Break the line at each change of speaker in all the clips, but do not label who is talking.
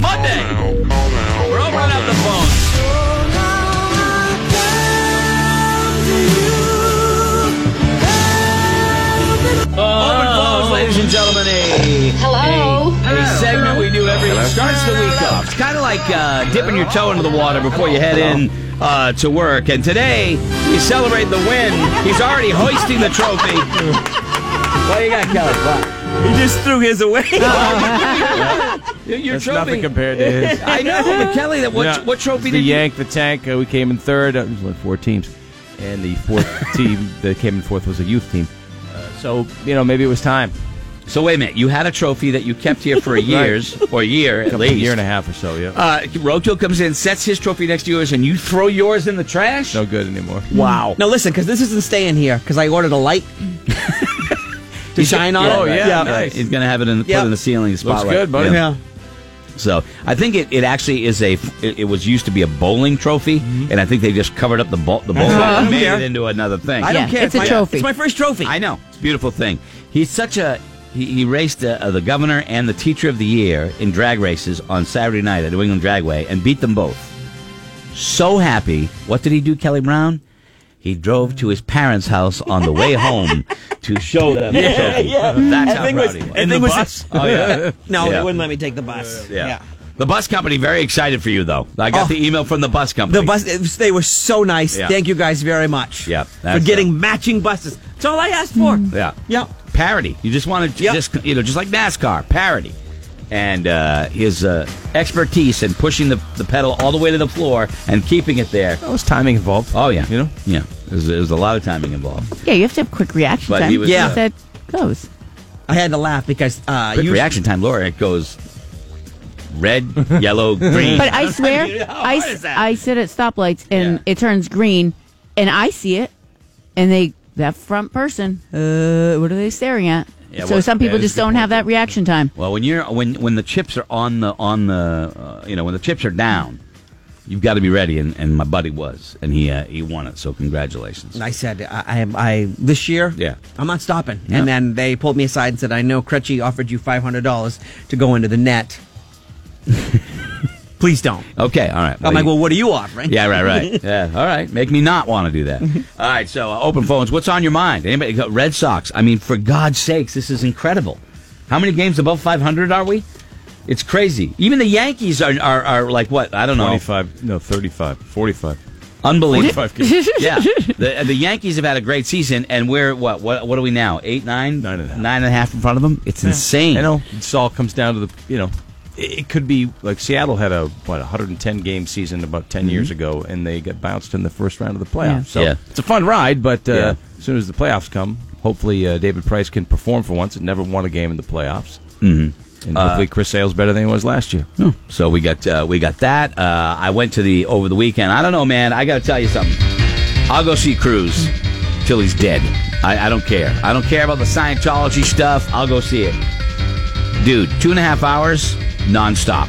Monday. We're opening up the phones. Open phones, ladies and gentlemen. A,
Hello?
A, a segment we do every it starts the week off. It's kind of like uh, dipping your toe into the water before you head in uh, to work. And today we celebrate the win. He's already hoisting the trophy. what do you got, Kelly? What?
He just threw his away.
Your- Your
That's
trophy.
nothing compared to his.
I know, but Kelly, that what,
Yeah.
what trophy
the
did you
Yank, the Tank. Uh, we came in third. Uh, it was like four teams, and the fourth team that came in fourth was a youth team. Uh, so you know, maybe it was time.
So wait a minute. You had a trophy that you kept here for years or a year at
Couple- a
least.
year and a half or so. Yeah,
Uh, Roadkill comes in, sets his trophy next to yours, and you throw yours in the trash.
no good anymore.
Wow.
No, listen, because this isn't staying here because I ordered a light to shine on
Yeah,
it.
Oh, yeah,
yeah.
nice.
He's gonna have it in, put
Yeah.
in the ceiling spotlight.
good, buddy.
Yeah.
Yeah.
So I think it, it actually is a. It, it was used to be a bowling trophy,
Mm-hmm.
and I think they just covered up the bo- the bowling and made it into another thing.
Uh-huh. I don't
Yeah,
care.
it's a
my-
trophy.
It's my first trophy.
I know. It's a beautiful thing. He's such a. He, he raced uh, uh, the governor and the teacher of the year in drag races on Saturday night at New England Dragway and beat them both. So happy. What did he do, Kelly Brown? He drove to his parents' house on the way home to show them. the trophy. That's how
That thing
proud
was-
he was.
that thing was-
Oh yeah.
No,
Yeah.
they wouldn't let me take the bus.
yeah, The bus company very excited for you though. I got
Oh.
the email from the bus company.
The bus, it was- they were so nice.
Yeah.
Thank you guys very much
Yeah,
for
that's
getting
it. Mm.
matching buses. That's all I asked for.
Yeah.
Yeah.
Parody. You just want to
Yep.
just you know just like NASCAR parody, and uh, his uh, expertise in pushing the, the pedal all the way to the floor and keeping it there.
That was timing involved.
Oh yeah,
you know.
yeah. There's, there's a lot of timing involved.
Yeah, you have to have quick reaction
But
time.
he was,
Yeah. uh,
that goes.
I had to laugh because uh,
Quick
you
reaction time, Laura. It goes red, yellow, green.
But I swear, I,
mean, how hard is
s-
that?
I sit at stoplights and
Yeah.
it turns green, and I see it, and they that front person, uh, what are they staring at?
Yeah,
so
well,
some
yeah,
people
that's
just
a good
don't
point,
have that
too.
reaction time.
well, when you're when when the chips are on the on the uh, you know when the chips are down, you've got to be ready. And, and my buddy was, and he uh, he won it. So congratulations.
And I said, I, I, am- I this year,
Yeah.
I'm not stopping.
No.
And then they pulled me aside and said, I know Crutchy offered you $500 to go into the net. Please don't.
Okay, all right.
Oh,
I'm like,
you-
well, what are you offering?
Yeah, right, right. Yeah, all right. Make me not want to do that. All right, so uh, open phones. What's on your mind? Anybody? got Red Sox. I mean, for God's sakes, this is incredible. How many games above 500 are we? It's crazy. Even the Yankees are, are, are like what? I don't know.
Twenty-five, no, thirty-five, forty-five,
Unbelievable.
forty-five. kids.
yeah, the, the Yankees have had a great season, and we're what? What, what are we now? Eight, nine,
Nine and a half.
nine and a half in front of them. It's insane.
I know. It all comes down to the you know, it it could be like Seattle had a what 110 game season about 10 years ago, and they got bounced in the first round of the playoffs.
Yeah.
So
Mm-hmm. Yeah.
it's a fun ride, but uh,
Yeah.
as soon as the playoffs come, hopefully uh, David Price can perform for once and never won a game in the playoffs. Mm-hmm. And
Uh,
hopefully Chris Sale's better than he was last year.
So we got uh, we got that. Uh, I went to the over the weekend. I don't know, man. I got to tell you something. I'll go see Cruz till he's dead. I, I don't care. I don't care about the Scientology stuff. I'll go see it, dude. Two and a half hours nonstop,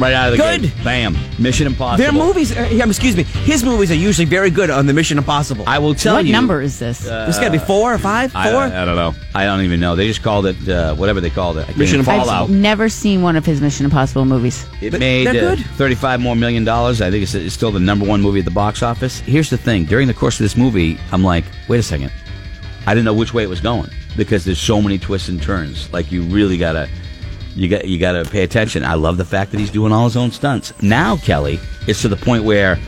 right out of the
Good.
gate. Bam. Mission Impossible.
Their movies, uh, yeah, excuse me, his movies are usually very good on the Mission Impossible.
I will tell
what
you. uh,
number is this?
it's got to be four or five? Four?
I, uh, I don't know. I don't even know. They just called it uh, whatever they called it. I can't
Mission
even-
I've
Fallout.
never seen one of his Mission Impossible movies.
It
But
made
they're
uh,
good.
35 more million dollars. I think it's, it's still the number one movie at the box office. Here's the thing during the course of this movie, I'm like, wait a second. I didn't know which way it was going because there's so many twists and turns. Like, you really gotta. You got you got to pay attention. I love the fact that he's doing all his own stunts. Now Kelly is to the point where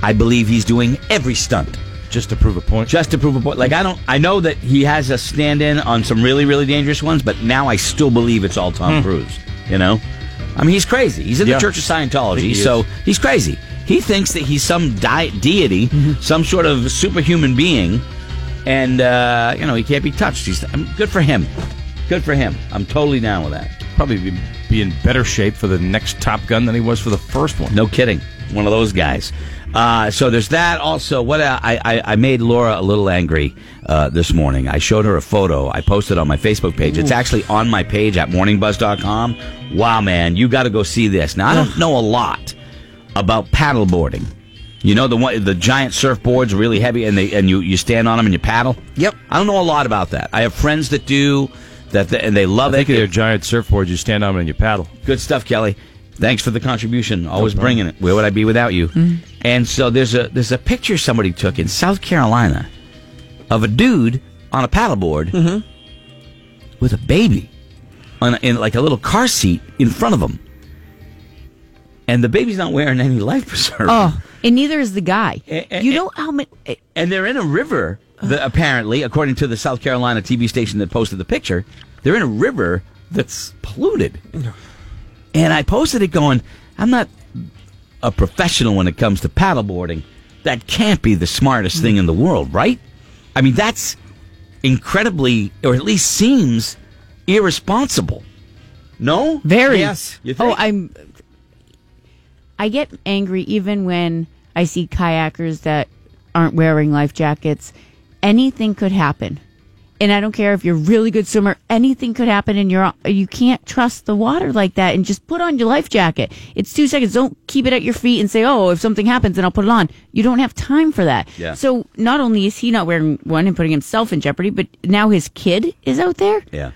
I believe he's doing every stunt
Just to prove a point.
just to prove a point. Like I don't, I know that he has a stand-in on some really, really dangerous ones, but now I still believe it's all Tom Cruise. You know, I mean, he's crazy. He's in the
Hmm. Yeah.
Church of
I
Scientology,
think he
so
is.
he's crazy. He thinks that he's some di- deity,
Mm-hmm.
some sort of superhuman being, and uh, you know he can't be touched. He's I mean, good for him. Good for him. I'm totally down with that.
probably be, be in better shape for the next Top Gun than he was for the first one.
No kidding. One of those guys. Uh, so there's that. Also, what uh, I, I I made Laura a little angry uh, this morning. I showed her a photo I posted on my Facebook page. It's actually on my page at morningbuzz.com. Wow, man, you got to go see this. Now I don't know a lot about paddleboarding. You know the one the giant surfboards really heavy and they and you you stand on them and you paddle.
Yep.
I don't know a lot about that. I have friends that do that, and they
I
love
think
it.
they're giant surfboards. You stand on them and you paddle.
Good stuff, Kelly. Thanks for the contribution. Always bringing it. Where would I be without you? And so there's a there's a picture somebody took in South Carolina of a dude on a paddleboard with a baby on a, in like a little car seat in front of him, and the baby's not wearing any life preserver.
Oh, and neither is the guy.
Eh, eh,
you
eh.
know how many? eh,
And they're in a river, the, apparently, according to the South Carolina TV station that posted the picture, they're in a river that's polluted. And I posted it going, I'm not a professional when it comes to paddleboarding. That can't be the smartest thing in the world, right? I mean, that's incredibly, or at least seems irresponsible. No?
Very.
Yes.
You think?
Oh, I'm. I get angry even when I see kayakers that aren't wearing life jackets. Anything could happen, and I don't care if you're a really good swimmer. Anything could happen, and you're you can't trust the water like that. And just put on your life jacket. It's two seconds. Don't keep it at your feet and say, "Oh, if something happens, then I'll put it on." You don't have time for that.
Yeah.
So not only is he not wearing one and putting himself in jeopardy, but now his kid is out there.
Yeah.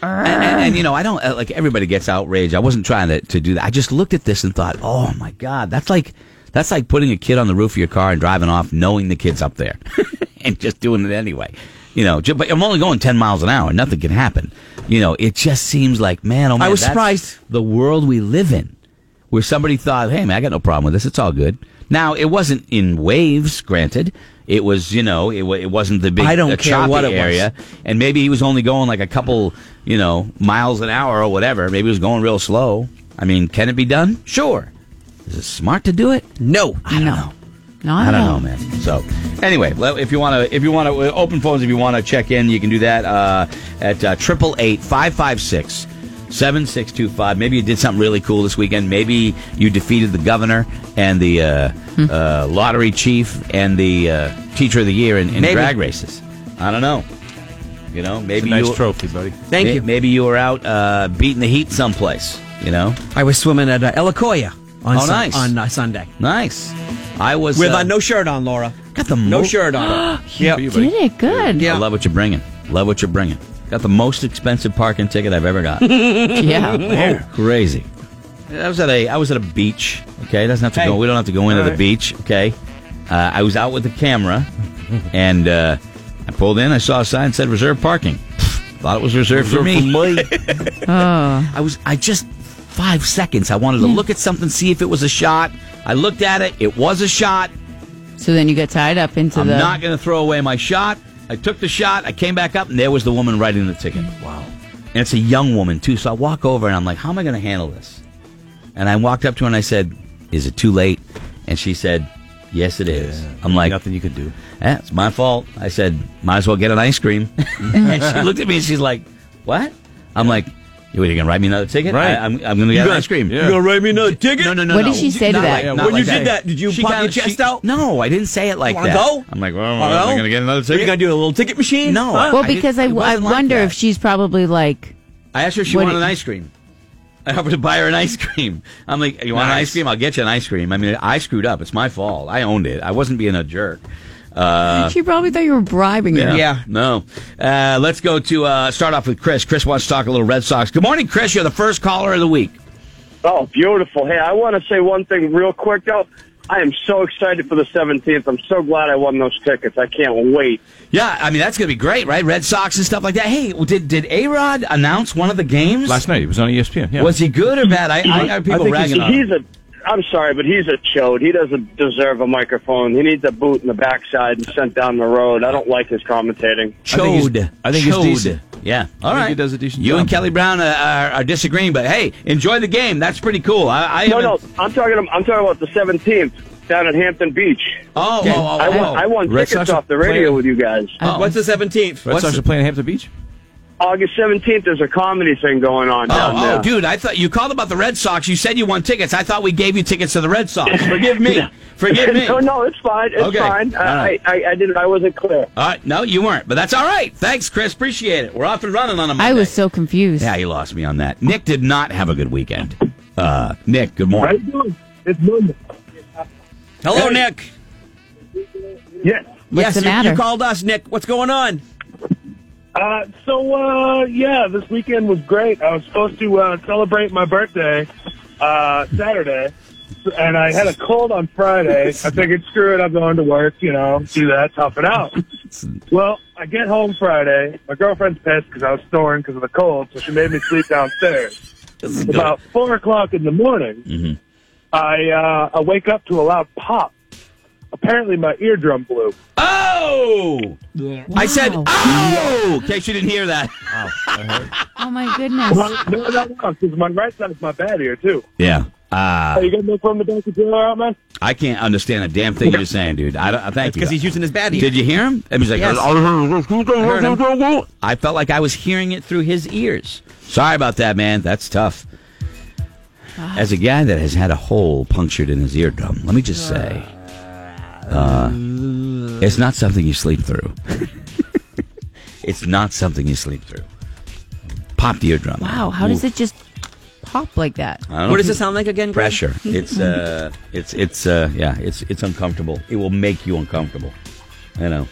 Ah.
And, and- and, you know, I don't uh, like everybody gets outraged. I wasn't trying to, to do that. I just looked at this and thought, oh my god, that's like that's like putting a kid on the roof of your car and driving off, knowing the kid's up there, and just doing it anyway. You know, ju- but I'm only going ten miles an hour. Nothing can happen. You know, it just seems like man, oh man,
was
that's
surprised.
the world we live in, where somebody thought, hey man, I got no problem with this. It's all good. Now it wasn't in waves, granted. It was, you know, it, wa- it wasn't the big.
I don't
uh,
care what
choppy
it was.
area and maybe he was only going like a couple, you know, miles an hour or whatever. Maybe he was going real slow. I mean, can it be done? Sure. Is it smart to do it?
No.
I don't know.
Not
I don't
at
know,
all.
man. So, anyway, well, if you want to, if you want to open phones, if you want to check in, you can do that uh, at triple eight five five six. 7625. Maybe you did something really cool this weekend. Maybe you defeated the governor and the uh,
Hmm.
uh, lottery chief and the uh, teacher of the year in, in
Maybe.
drag races. I don't know. You know, maybe
a nice
you,
trophy, buddy.
Thank
May-
you.
Maybe you were out uh, beating the heat someplace. You know,
I was swimming at uh, Elacoya on,
Oh,
Sun-
nice.
on uh, Sunday.
nice. I was
With
uh,
uh, no shirt on, Laura.
got the
No
mo-
shirt on.
Yeah, you, buddy.
Did it good.
I
Yeah.
love what you're bringing. Love what you're bringing. Got the most expensive parking ticket I've ever got.
Yeah.
Oh, crazy. I was at a I was at a beach. Okay, doesn't have to
Hey.
go. We don't have to go into the beach. Okay, uh, I was out with the camera, and uh, I pulled in. I saw a sign that said reserve parking. Thought it was reserved for me. Oh. I was I just five seconds. I wanted to look at something, see if it was a shot. I looked at it. It was a shot.
So then you get tied up into
I'm
the.
not going to throw away my shot. I took the shot. I came back up, and there was the woman writing the ticket.
Mm.
Wow. And it's a young woman, too. So I walk over, and I'm like, how am I going to handle this? And I walked up to her, and I said, is it too late? And she said, yes, it is. I'm like,
nothing you could do.
eh, it's my fault. I said, might as well get an ice cream. and she looked at me, and she's like, what? I'm like, you are you going to write me another ticket?
Right.
I, am I'm going to get an ice cream.
Yeah. You gonna
write me another ticket?
No, no, no.
What
no.
did she say to
Not
that?
like-
Yeah,
not
when
like
you did
that, did you pop
kinda-
your chest out?
No, I didn't say it like
Wanna
that.
go?
I'm like, well,
Wanna
am
go?
going to get another
Are you
ticket?
going to do a little ticket machine?
No.
Huh?
I
well,
did-
because I,
it
w- I
wasn't like
wonder
that.
if she's probably like,
I asked her if she
What
wanted
it-
an ice cream. I offered to buy her an ice cream. I'm like, you want an ice cream? I'll get you an ice cream. I mean, I screwed up. It's my fault. I owned it. I wasn't being a jerk. Uh,
she probably thought you were bribing her.
Yeah.
No. Uh, let's go to uh, start off with Chris. Chris wants to talk a little Red Sox. Good morning, Chris. You're the first caller of the week.
Oh, beautiful. Hey, I want to say one thing real quick, though. I am so excited for the 17th. I'm so glad I won those tickets. I can't wait.
Yeah, I mean that's gonna be great, right? Red Sox and stuff like that. Hey, did did A Rod announce one of the games
Last night, it was on E ESPN. Yeah.
Was he good or bad? I, I heard people ragging on him.
he's a. I'm sorry, but he's a chode. He doesn't deserve a microphone. He needs a boot in the backside and sent down the road. I don't like his commentating.
think he's-
Chode.
I think he's
Chode.
decent.
Yeah. all right.
think he does a decent
You
job.
and Kelly Brown uh, are, are disagreeing, but hey, enjoy the game. That's pretty cool. I, I
No, no,
haven't-
I'm talking. I'm talking about the 17th down at Hampton Beach.
Oh, oh, oh,
I
oh.
won, I won
Red
tickets
Sox
off the radio
playing-
with you guys.
Oh.
What's the 17th?
Red
What's
Sox
the-
are playing Hampton Beach?
August 17th, there's a comedy thing going on
Oh,
down
oh,
there.
dude, I thought you called about the Red Sox. You said you won tickets. I thought we gave you tickets to the Red Sox. Forgive me. Forgive me.
no, no, it's fine. It's
Okay.
fine.
All
I,
right.
I, I didn't. I wasn't clear.
All right, no, you weren't, but that's all right. Thanks, Chris. Appreciate it. We're off and running on a Monday.
I was so confused.
Yeah, you lost me on that. Nick did not have a good weekend. Uh, Nick, good morning.
It's Monday.
Hello, Nick.
Yes.
What's
yes,
the
you-
matter?
you called us, Nick. What's going on?
Uh, so uh, yeah, this weekend was great. I was supposed to uh, celebrate my birthday,
uh, Saturday, and I had a cold on Friday. I figured, screw it, I'm going to work, you know, do that, tough it out. Well, I get home Friday. My girlfriend's pissed because I was snoring because of the cold, so she made me sleep downstairs. About four o'clock in the morning,
Mm-hmm.
I uh, I wake up to a loud pop. Apparently, my eardrum blew.
Oh! I said, oh! In case you didn't hear that.
Oh my goodness.
No, no, no, because my right side is my bad ear too.
Yeah. Uh,
Are you gonna make from the doctor dealer out, man?
I can't understand a damn thing you're saying, dude. I don't, I thank you.
because he's using his bad ear.
Did you hear him? It was like,
Yes.
I felt like I was hearing it through his ears. Sorry about that, man. That's tough.
Ah.
As a guy that has had a hole punctured in his eardrum, let me just say, uh, it's not something you sleep through. it's not something you sleep through. Popped eardrum.
Wow, how does it just pop like that?
I don't know
What
if
does
you-
it sound like again? Greg?
pressure. It's uh, it's it's uh, yeah, it's it's uncomfortable. It will make you uncomfortable. I know.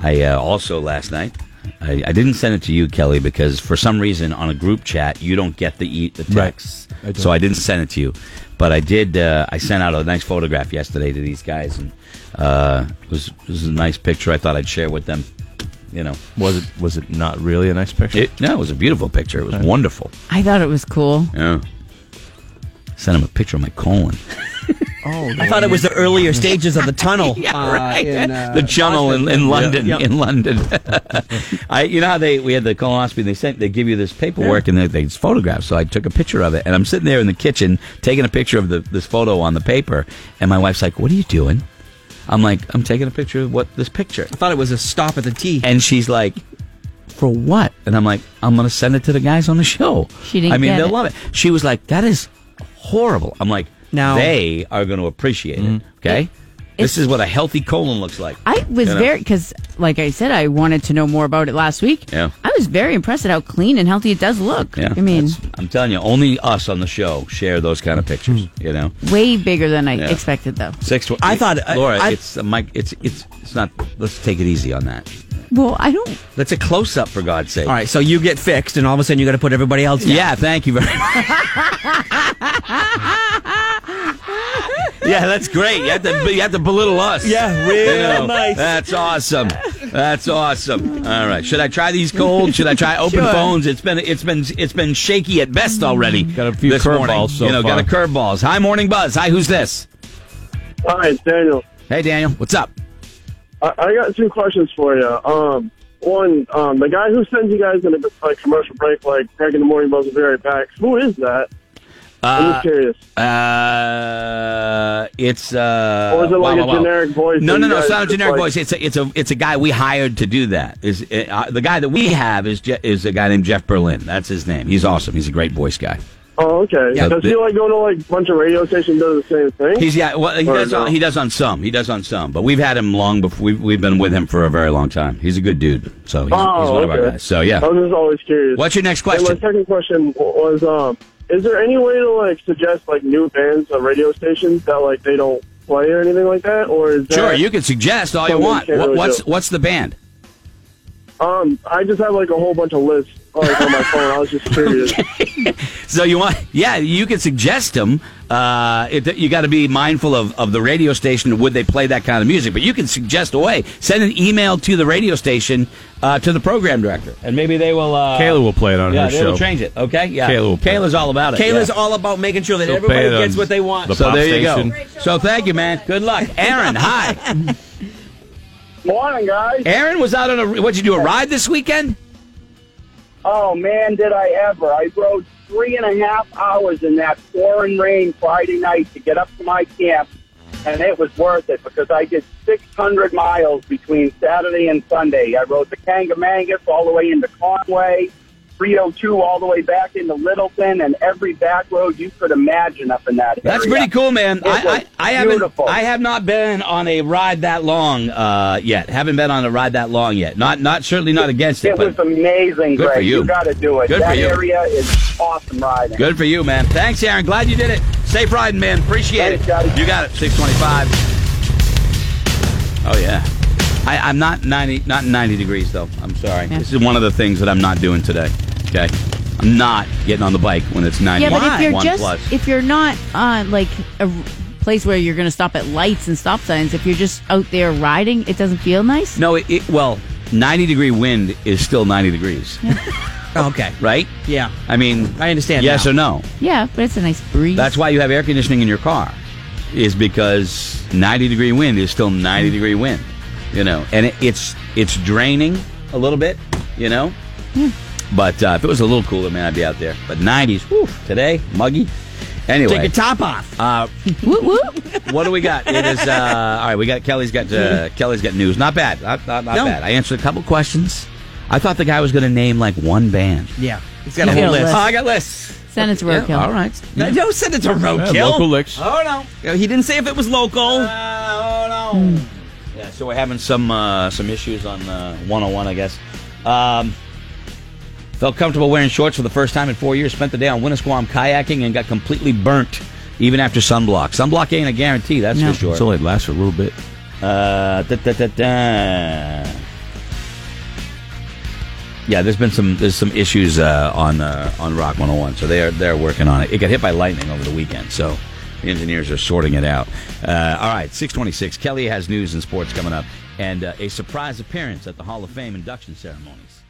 I uh, also last night. I, I didn't send it to you, Kelly, because for some reason on a group chat you don't get the e- the
Right.
texts,
I don't.
so I didn't send it to you. But I did. Uh, I sent out a nice photograph yesterday to these guys, and uh, it was it was a nice picture. I thought I'd share with them. You know,
Was it was it not really a nice picture?
it, no, it was a beautiful picture. It was wonderful.
I thought it was cool.
Yeah. Sent him a picture of my colon.
I thought it was the earlier stages of the tunnel. uh, in, uh,
the channel in, in London.
Yeah.
In London, I you know how they we had the colonoscopy. And they sent they give you this paperwork and they, they it's photographs. So I took a picture of it, and I'm sitting there in the kitchen taking a picture of the, this photo on the paper, and my wife's like, "What are you doing?" I'm like, "I'm taking a picture of what this picture,"
I thought it was a stop at the T.
and she's like. For what? And I'm like, I'm gonna send it to the guys on the show.
She didn't
I mean,
get
they'll
it.
love it. She was like, "That is horrible." I'm like,
Now-
they are going to appreciate it. Okay, this
Mm-hmm. it's-
is what a healthy colon looks like.
I was
You know?
very because, like I said, I wanted to know more about it last week.
Yeah.
I was very impressed at how clean and healthy it does look.
Yeah,
I mean,
that's- I'm telling you, only us on the show share those kind of pictures.
Hmm.
You know,
way bigger than I
Yeah.
expected, though.
six. Tw-
I thought- I-
Laura,
I-
it's a mic. It's it's it's not. Let's take it easy on that.
Well, I don't.
That's a close up for God's sake.
All right, so you get fixed, and all of a sudden you got to put everybody else. down.
Yeah, thank you very much. yeah, that's great. You have to you have to belittle us.
Yeah, real
You know,
nice.
That's awesome. That's awesome. All right. Should I try these cold? Should I try open phones? It's been it's been it's been shaky at best already.
Got a few
this morning.
curveballs so
You know, got a
far.
curveballs. Hi, morning buzz. Hi, who's this?
Hi, it's Daniel.
Hey, Daniel. What's up?
I, I got two questions for you. Um, one, um, the guy who sends you guys in a like, commercial break, like Greg in the Morning Buzz with Barry Pax, who is that? I'm
Uh,
just curious.
Uh, it's uh,
Or is it like a generic voice
No,
that
no,
you
no. It's
guys
not a
just
generic
like-
voice. It's a, it's a, it's a guy we hired to do that. Is uh, the guy that we have is Je- is a guy named Jeff Berlin. That's his name. He's awesome. He's a great voice guy.
Oh, okay.
Yeah,
Does he
the-
like go to like a bunch of radio stations and does the same thing?
He's yeah. Well, he
Or
does
no?
on, he does on some. He does on some. But we've had him long before. We've we've been with him for a very long time. He's a good dude. So he's,
oh,
he's one
okay.
of our guys. So yeah.
I was just always curious.
What's your next
And
question?
my second question was, um, is there any way to like suggest like new bands on radio stations that like they don't play or anything like that? Or is that
Sure, you can suggest all you
Something
want.
can't
What,
really
what's
do.
what's the band?
Um, I just have like a whole bunch of lists like on my phone. I was just curious.
So you want, yeah, you can suggest them. Uh, it, you got to be mindful of, of the radio station. Would they play that kind of music? But you can suggest away. Send an email to the radio station, uh, to the program director, and maybe they will. Uh,
Kayla will play it on
yeah,
her
they
show.
will change it. Okay, yeah.
Kayla will play
Kayla's all about it.
Kayla's
yeah.
all about making sure that
They'll
everybody
pay it
gets
on
what they want.
the
So
pop
there you
station.
go. So thank you, man. Good luck, Aaron. Hi,
Morning, guys.
Aaron was out on a. What'd you do? A ride this weekend?
Oh, man, did I ever. I rode three and a half hours in that pouring rain Friday night to get up to my camp, and it was worth it because I did 600 miles between Saturday and Sunday. I rode the Kangamangas all the way into Conway, 302 all the way back into Littleton, and every back road you could imagine up in that
That's
area.
pretty cool, man.
It was
I, I, I haven't
beautiful.
I have not been on a ride that long uh, yet. Haven't been on a ride that long yet. Not not certainly not against it,
It was
but
amazing,
Good for
Greg.
you.
got to do it.
Good for
that
you.
area is awesome riding.
good for you, man. Thanks, Aaron. Glad you did it. Safe riding, man. Appreciate
Thanks,
it.
guys.
You got it. Six twenty five. Oh yeah. I, I'm not ninety not ninety degrees though. I'm sorry.
Yeah.
This is one of the things that I'm not doing today. Okay. I'm not getting on the bike when it's 90.
Yeah, but if
Why?
you're
One
just
plus.
if you're not on like a r- place where you're going to stop at lights and stop signs, if you're just out there riding, it doesn't feel nice.
no, it, it well, 90 degree wind is still 90 degrees,
Okay.
right?
Yeah.
I mean,
I understand
Yes
now.
or no?
Yeah, but it's a nice breeze.
That's why you have air conditioning in your car, is because 90 degree wind is still 90 degree wind, you know, and it, it's it's draining a little bit, you know. But uh, if it was a little cooler, man, I'd be out there. But 90s, whew, today, muggy. Anyway,
Take your top off.
Uh,
woo woo.
what do we got? It is uh, all right. We got Kelly's got uh, Kelly's got news. Not bad. Not, not, not
No.
bad. I answered a couple questions. I thought the guy was going to name like one band.
yeah. He's got
You
a
got a
whole list.
list.
Oh, I got lists.
Send it to Roadkill.
All right.
No, don't send it to roadkill.
local licks.
Oh no. He didn't say if it was local.
Yeah, so we're having some uh, some issues on uh, 101, I guess. Um, felt comfortable wearing shorts for the first time in four years. Spent the day on Winnesquam kayaking and got completely burnt, even after sunblock. Sunblock ain't a guarantee, that's
No.
for sure.
It's only lasts for a little bit.
Uh, da, da, da, da. Yeah, there's been some there's some issues uh, on uh, on Rock 101, so they're they're working on it. It got hit by lightning over the weekend, so the engineers are sorting it out. Uh, all right, 626. Kelly has news and sports coming up, and uh, a surprise appearance at the Hall of Fame induction ceremonies.